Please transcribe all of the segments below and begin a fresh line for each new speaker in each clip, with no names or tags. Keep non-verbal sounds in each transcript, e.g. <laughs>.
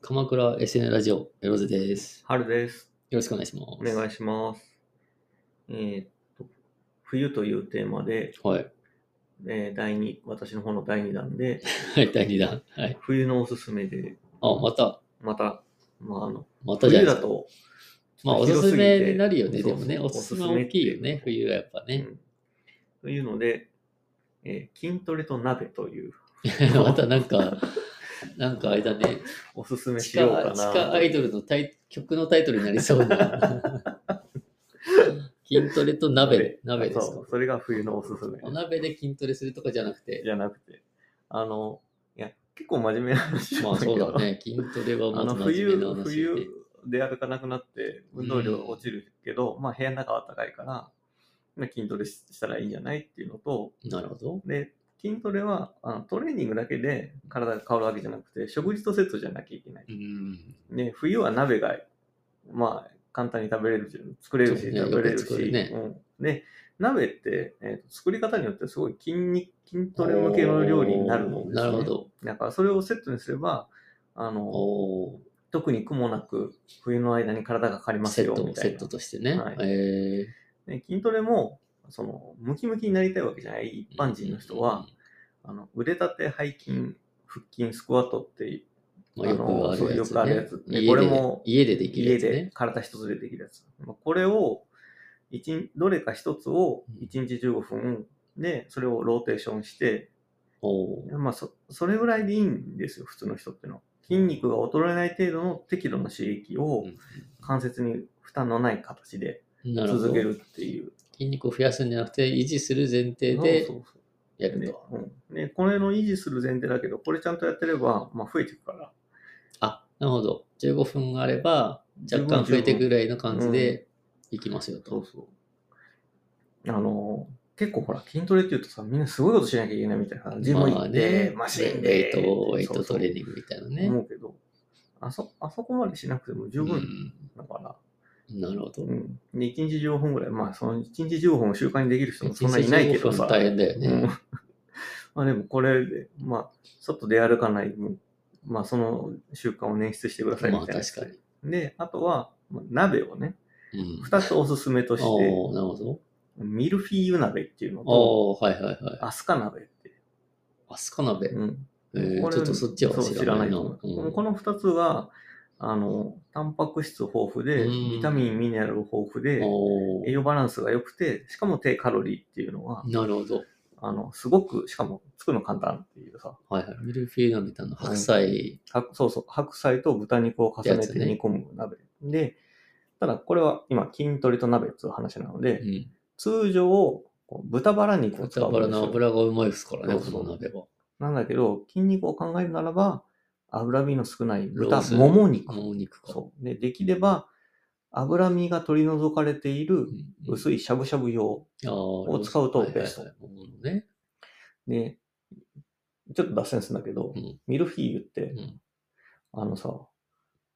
鎌倉 SN ラジオ、エロゼです。
春です。
よろしくお願いします。
お願いします。えーっと、冬というテーマで、
はい。
えー第二私の方の第2弾で、
はい、 <laughs> 第2弾。はい。
冬のおすすめで、
あ、また、
また、まあ、あの、
またじゃ
冬
ないです
だ
か。
と、
まあ、お
ちょっ
すす
と広ぎて
めになるよね、
そ
で
うそう
もね。おすすめ大きいよね、冬はやっぱね
う。んというので、えー筋トレと鍋という
<laughs> またなんか、なんかあれだね、
おすすめ
地
しよう
下
か
地下アイ
な。
ドルのタイ曲のタイトルになりそうな。
<laughs>
筋トレと鍋、鍋です
そ
か
う。それが冬のおすすめ。
お鍋で筋トレするとかじゃなくて、
じゃなくて、あの、いや、結構真面目な話
まあそうだ
ね
ね、筋トレは
あ
ま
の
ず真面
冬
目な話だよね
冬で歩かなくなって運動量落ちるけど、まあ部屋の中は暖かいから、まあ、筋トレししたらいいんじゃないっていうのと
なるほど。
で筋トレはあのトレーニングだけで体が変わるわけじゃなくて食事とセットじゃなきゃいけない
うん。
で冬は鍋がまあ簡単に食べれるし作れるし
そうね
食べれる
よく作
し
るね
うん、で鍋って、えーと作り方によってすごい筋肉筋トレ向けの料理になるもんです、ね、
なるほど。
だからそれをセットにすればあの
おー
特に苦もなく冬の間に体が変わります
セッ
よ
ト
みた
セ
い
ッ
な
トとしてね。
はい
え
で筋トレもそのムキムキになりたいわけじゃない
ー
一般人の人は、、あの腕立て背筋腹筋スクワットって
まあ、よくあ
あのそう
るやつ、ね。
よくあるやつで
家で
これも
家でできる
家
やつ
で
ね。
体一つでできるやつ、まあこれを一日どれか一つを1日15分でそれをローテーションして、
おー
まあ、そそれぐらいでいいんですよ普通の人っていうのは筋肉が衰えない程度の適度な刺激を
うん
関節に負担のない形で
なるほど
続けるっていう
筋肉を増やすんじゃなくて、維持する前提
そ
で
うそうそう
やる
ね
と。
うん、でこれの維持する前提だけどこれちゃんとやってれば、まあ、増えていくから
あ、なるほど。15分あれば、若干増えていくぐらいの感じでいきますよと。
そうあの結構ほら筋トレっていうとさみんなすごいことしなきゃいけないみたいなジム行って、マシンで
ウェイト、ウェイ
そ
ト
うそう
トレーニングみたいなね。
思うけどあそあそこまでしなくても十
う
分
ん
だから、
なるほど
う。んで1日15分ぐらいまあその1日15分を習慣にできる人もそんな
一
にい
日
ないけどさ
15分大変だよ
うん <laughs>
ね。
まあでもこれで、まあ、外出歩かない分、まあその習慣を捻出してくださいみ
まあ
たいな。
確かに。
で、あとは、まあ鍋をね、
うん。
二つおすすめとして、
おーなるほど。
ミルフィーユ鍋っていうのと、
おーはいはいはい。
アスカ鍋って。
アスカ鍋。
うん。
えー
これ
ちょっとそっちは
そう
知らないな。
と思うこの二つは、あの、タンパク質豊富で、
うん
ビタミン、ミネラル豊富で、
お
栄養バランスが良くて、しかも低カロリーっていうのは、
なるほど。
あの、すごく、しかも作るの簡単っていうさ、
はいはい。ミルフィーユ鍋ってあの白菜、
白そうそう、白菜と豚肉を重ね
って
て
やつね
煮込む鍋。で、ただこれは今、筋トレと鍋っていう話なので、
うん。通
通常こう豚バラ肉を使
豚
うん
バラ
です
の
よ。
油がうまいですからね、
そう
こ
そう
の鍋は。
なんだけど、筋肉を考えるならば、脂身の少ない
ロー
豚、
ス
もも肉。
もも肉か。
そう。で、できれば、脂身が取り除かれている
うんうん
薄いしゃぶしゃぶ用。
あー
を使うとベスト
はいはいはいもものね。
で、ちょっと脱線するんだけど、
うん
ミルフィーユって
う、ん
あのさ、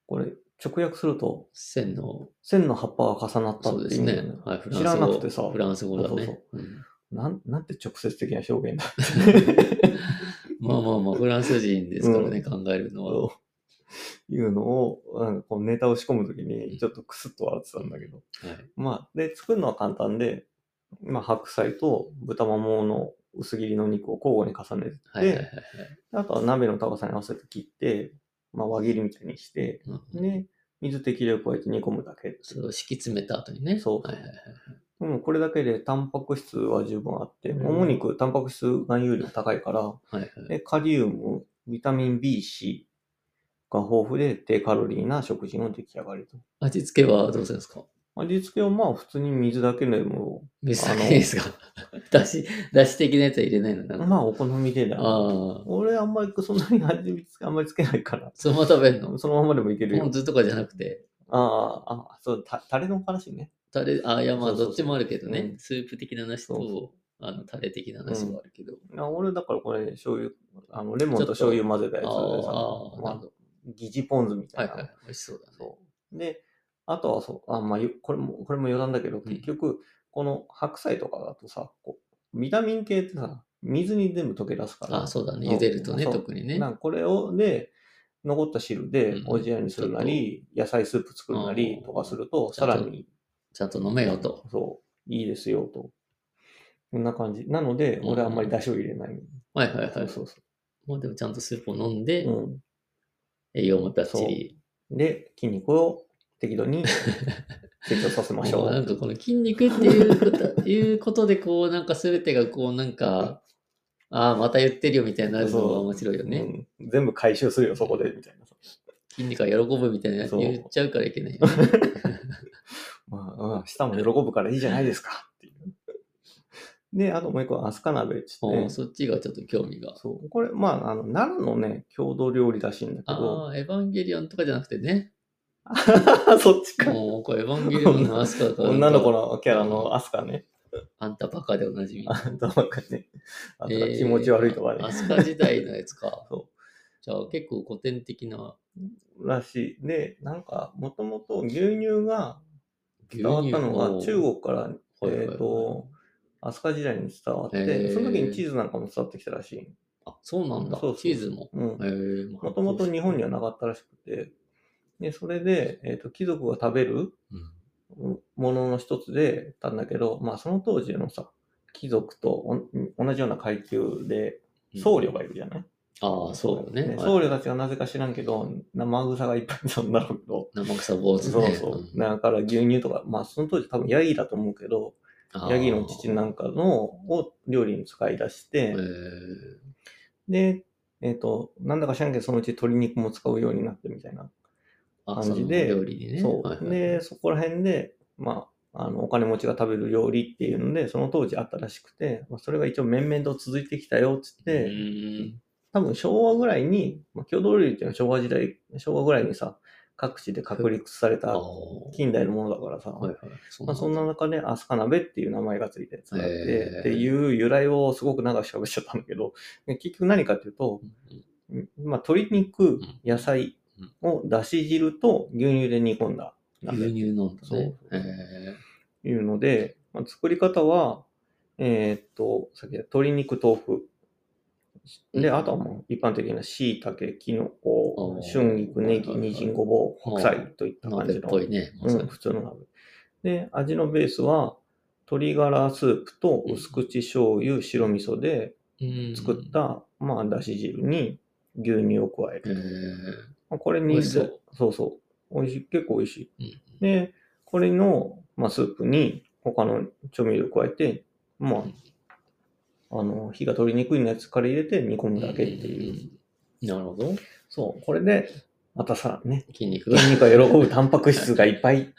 これ直訳すると、
線の、
千の葉っぱが重なった
そう
っ
で
て
す
意味だ
ね
よね。。
はい、フランス語
知らなくてさ
フランス語だ
そう
ね
そう。
うん
なんなんて直接的な表現だ。
<laughs> まあまあまあ、フランス人ですから
う
ね、考えるのは。
いうのを、なんかこうネタを仕込むときに、ちょっとクスッと笑ってたんだけど。
はい
まあ、で、作るのは簡単で、まあ、白菜と豚ももの薄切りの肉を交互に重ねて、
はいはいはいはい。
あとは鍋の高さに合わせて切って、まあ、輪切りみたいにして、
うん
で、水適量加えて煮込むだけ。
それを敷き詰めた後にね。
そう
はいはいはい
うん、これだけでタンパク質は十分あって、
うん
もも肉、タンパク質含有量高いから、
はいはい。
で、カリウム、ビタミン B、C が豊富で低カロリーな食事の出来上がりと。
味付けはどうするんですか
味付けはまあ普通に水だけでも、
別だけです <laughs> かだし、だし的なやつは入れないのかな、
まあお好みでだ。
ああ。
俺あんまりそんなに味付けあんまりつけないから、
そのまま食べんの
そのままでもいける
ポ
よ
ン。酢とかじゃなくて。
ああ、あ、そう、たタレの話ね。
タレ、あいやまあ
そうそうそう
どっちもあるけどね。
うん
スープ的な話と、
そうそ
あの、タレ的な話はあるけど。
あ俺だからこれ醤油、あのレモンと醤油混ぜたやつ
あ
で
あ、
さ、
なる
まあ
ほど。
疑似ポン酢みた
はいい
な。
はい。美味しそうだね。
そうで、あとはそう、あ、まあ、よこれも、これも余談だけど、
ん
結局、この白菜とかだとさ、こう、ビタミン系ってさ、水に全部溶け出すから。
あ、そうだね。茹でるとね、
そう
特にね。
なんかこれを、で、残った汁で
うん
おじやにするなり、野菜スープ作るなりとかすると、
ちゃ
さ
んと
らに、
ちゃんと飲めよと。
そう、いいですよと。こんな感じ。なので、俺はあんまり出汁を入れない。
はいはい
そ
はい。
うそうそ
もうでもちゃんとスープを飲んで、
う。うん。
栄養もばっちり。
で、筋肉を適
<laughs>
度に成長させましょ
もうなん
う。
かこの筋肉っていうこと、いうことでこう、なんか全てがこう、なんか、ああ、また言ってるよみたいになるのが面白いよね。
うん全部回収するよ、そこで、みたいなさ。
筋肉が喜ぶみたいな
そう
言っちゃうからいけないよね。
まあ、うん舌も喜ぶからいいじゃないですか、っていう。で、あともう一個、アスカ鍋って言って
うんそっちがちょっと興味が。
そう。これ、まあ、あの、奈良のね、郷土料理らしいんだけど、
ああ、エヴァンゲリオンとかじゃなくて
<laughs>
ね。
そっちか。
もう、これエヴァンゲリオンのアスカだから。
女の子。のキャラのアスカね。 <laughs>
あんたバカでおなじみ。
あんたばっかね。あと
えー
気持ち悪いとかね。
アスカ時代のやつか。
そ
じゃあ結構古典的な
らしい。で、なんか、もともと牛乳が
牛
伝わったのが中国から、え
はいはいはい
っ、と、飛鳥時代に伝わって、
へー
その時にチーズなんかも伝わってきたらしい。
あ、そうなんだ。
そうそう
チーズも。
うん。も
も
ともと日本に
は、
はなかったらしくて、で、それで、えっ、と、貴族が食べる
うん
ものの一つでたんだけど、まあその当時のさ、貴族とおん同じような階級で僧侶がいるじゃない、
ああ、そうだよね。
僧
はい
侶たちはなぜか知らんけど、生臭がいっぱいいたんだろうけど。
生臭坊主
そう
ね。
そう。
ん
だから牛乳とか、まあその当時多分ヤギだと思うけど、ヤギの乳なんかのを料理に使い出し
あ
て
ーへ、
で、えっ、と、なんだか知らんけどそのうち鶏肉も使うようになってみたいな。
ー
感じで
あその料理にね。
そう、
はいはい
で、そこら辺で、まあ、あの、お金持ちが食べる料理っていうので、その当時あったらしくて、まあ、それが一応面々と続いてきたよ、つっ
う
て、
ーん
多分昭和ぐらいに、まあ、郷土料理っていうのは昭和時代、昭和ぐらいにさ、各地で確立され
あ
た
あ、
近代のものだからさ、
はいはい。そ
まあ、そんな中で、アスカ鍋っていう名前がついて使って、
へー
っていう由来をすごく長く喋っちゃったんだけど、で結局何かっていうと、んまあ、鶏肉、野菜をだし汁と牛乳で煮込んだ
牛
鍋
乳飲んだね。
そう
へ
いうので、まあ、作り方は、えーっと、さっき言った鶏肉、豆腐。で、
うん
あとはもう一般的な椎茸、きのこ
あ、ー
春菊、ネギ、
はいはいはい
人参、ごぼう、白
あ
菜といった
ー
感
鍋
じ
っ
の、
ぽいね。ま
う
さ
ん、
に
普通の鍋。で、味のベースは、鶏ガラスープと薄口醤油、白味噌で
うん
作った、まあ、だし汁に牛乳を加える。
へー
まあこれ
美
に、
味しそ
そううそう。美味しい、結構美味しい。
うん
で、これの、まあ、スープに他の調味料を加えて、まあ、あの、火が通りにくいやつから入れて煮込むだけっていう。
うんなるほど。
そう、これで、またさ、ね、
筋肉が。
筋肉が喜ぶタンパク質がいっぱ
<laughs>
い。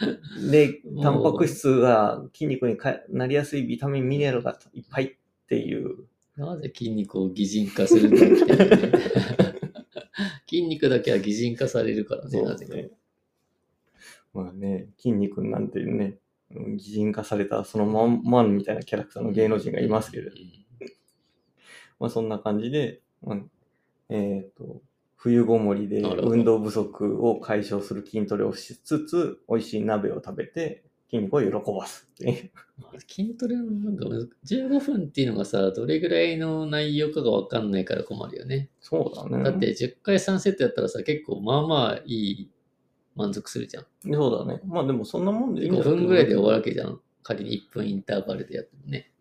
で
もう、
タンパク質が筋肉にかなりやすいビタミン、ミネラルがいっぱいっていう。
<laughs> なぜ筋肉を擬人化するん
<laughs>
だみたいなね筋肉だけは擬人化されるからね、なぜか。。
まあね、筋肉なんてね、うん擬人化されたそのまんまみたいなキャラクターの芸能人がいますけれど、まあそんな感じで、まあ、えっ、と、冬ごもりで
なるほど
運動不足を解消する筋トレをしつつ、美味しい鍋を食べて筋肉を喜ばすっていう。
まあ筋トレのなんかむず15分っていうのがさ、どれぐらいの内容かがわかんないから困るよね。
そうだね。
だって10回3セットやったらさ、結構まあまあいい満足するじゃん。
そうだね。まあでもそんなもんでいいん
5
だけど
分ぐらいで終わるわけじゃん。仮に1分インターバルでやってもね、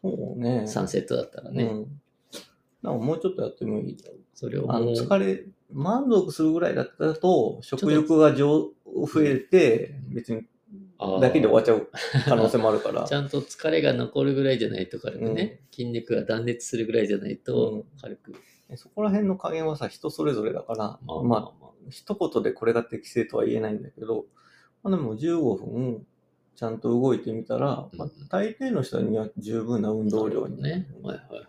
そうね。
3セットだったら
う
ね。
ん。なんかもうちょっとやってもいいだろう。
それを
あ
も
の
う
疲れ、満足するぐらいだったと、食欲が上増えて、別に、
あー
だけで終わっちゃう可能性もあるか
<laughs>
ら
ち。ゃんと疲れが残るぐらいじゃないと軽くね、筋肉が断裂するぐらいじゃないと軽く。
そこら辺の加減はさ、人それぞれだから、
まあまあ
まあ、一言でこれが適正とは言えないんだけど、まあ、でも15分、ちゃんと動いてみたら、
うん
まあ、大抵の人には十分な運動量に。
ね。はいはいはいはい。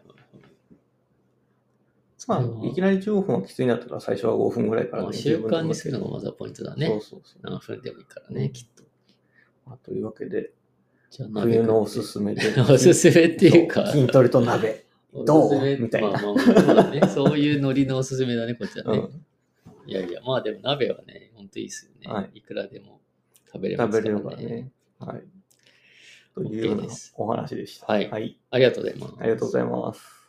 そ
まあ、
れはい
きなり15分はきついなったら、最初は5分ぐらいから
まあ
で
習
十
慣
分だと思うけど
にするのがまずはポイントだ
そ
ね
う。そうそう。
何分でもいいからね、きっと。
まあというわけで、
じゃあ鍋。
冬のおすすめで
<laughs> おすすめっていうか、
筋トレと鍋。どう
おすすめ
みたいな
まあまあまあまあね、そういうノリのおすすめだね、こっちはね。
うん。
いやいや、まあでも鍋はね、ほんといいっすよね。、
はい
くらでも。食べれま
食
す
べ
か
れ
ら
る
ね。
からね。はい。というよう
OK
な
です
お話でした。
はい
はい。
ありがとうございます
あ。りがとうございます。